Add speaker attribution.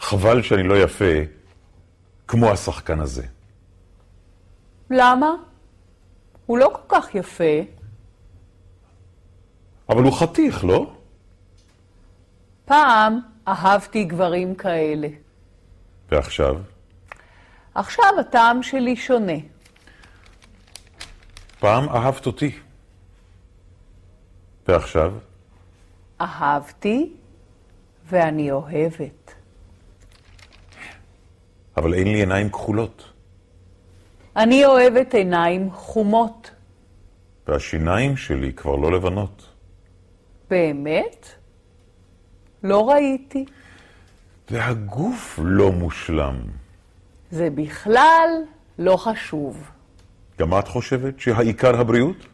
Speaker 1: חבל שאני לא יפה כמו השחקן הזה.
Speaker 2: למה? הוא לא כל כך יפה.
Speaker 1: אבל הוא חתיך, לא?
Speaker 2: פעם אהבתי גברים כאלה.
Speaker 1: ועכשיו?
Speaker 2: עכשיו הטעם שלי שונה.
Speaker 1: פעם אהבת אותי. ועכשיו?
Speaker 2: אהבתי ואני אוהבת.
Speaker 1: אבל אין לי עיניים כחולות.
Speaker 2: אני אוהבת עיניים חומות.
Speaker 1: והשיניים שלי כבר לא לבנות.
Speaker 2: באמת? לא ראיתי.
Speaker 1: והגוף לא מושלם.
Speaker 2: זה בכלל לא חשוב.
Speaker 1: גם את חושבת שהעיקר הבריאות?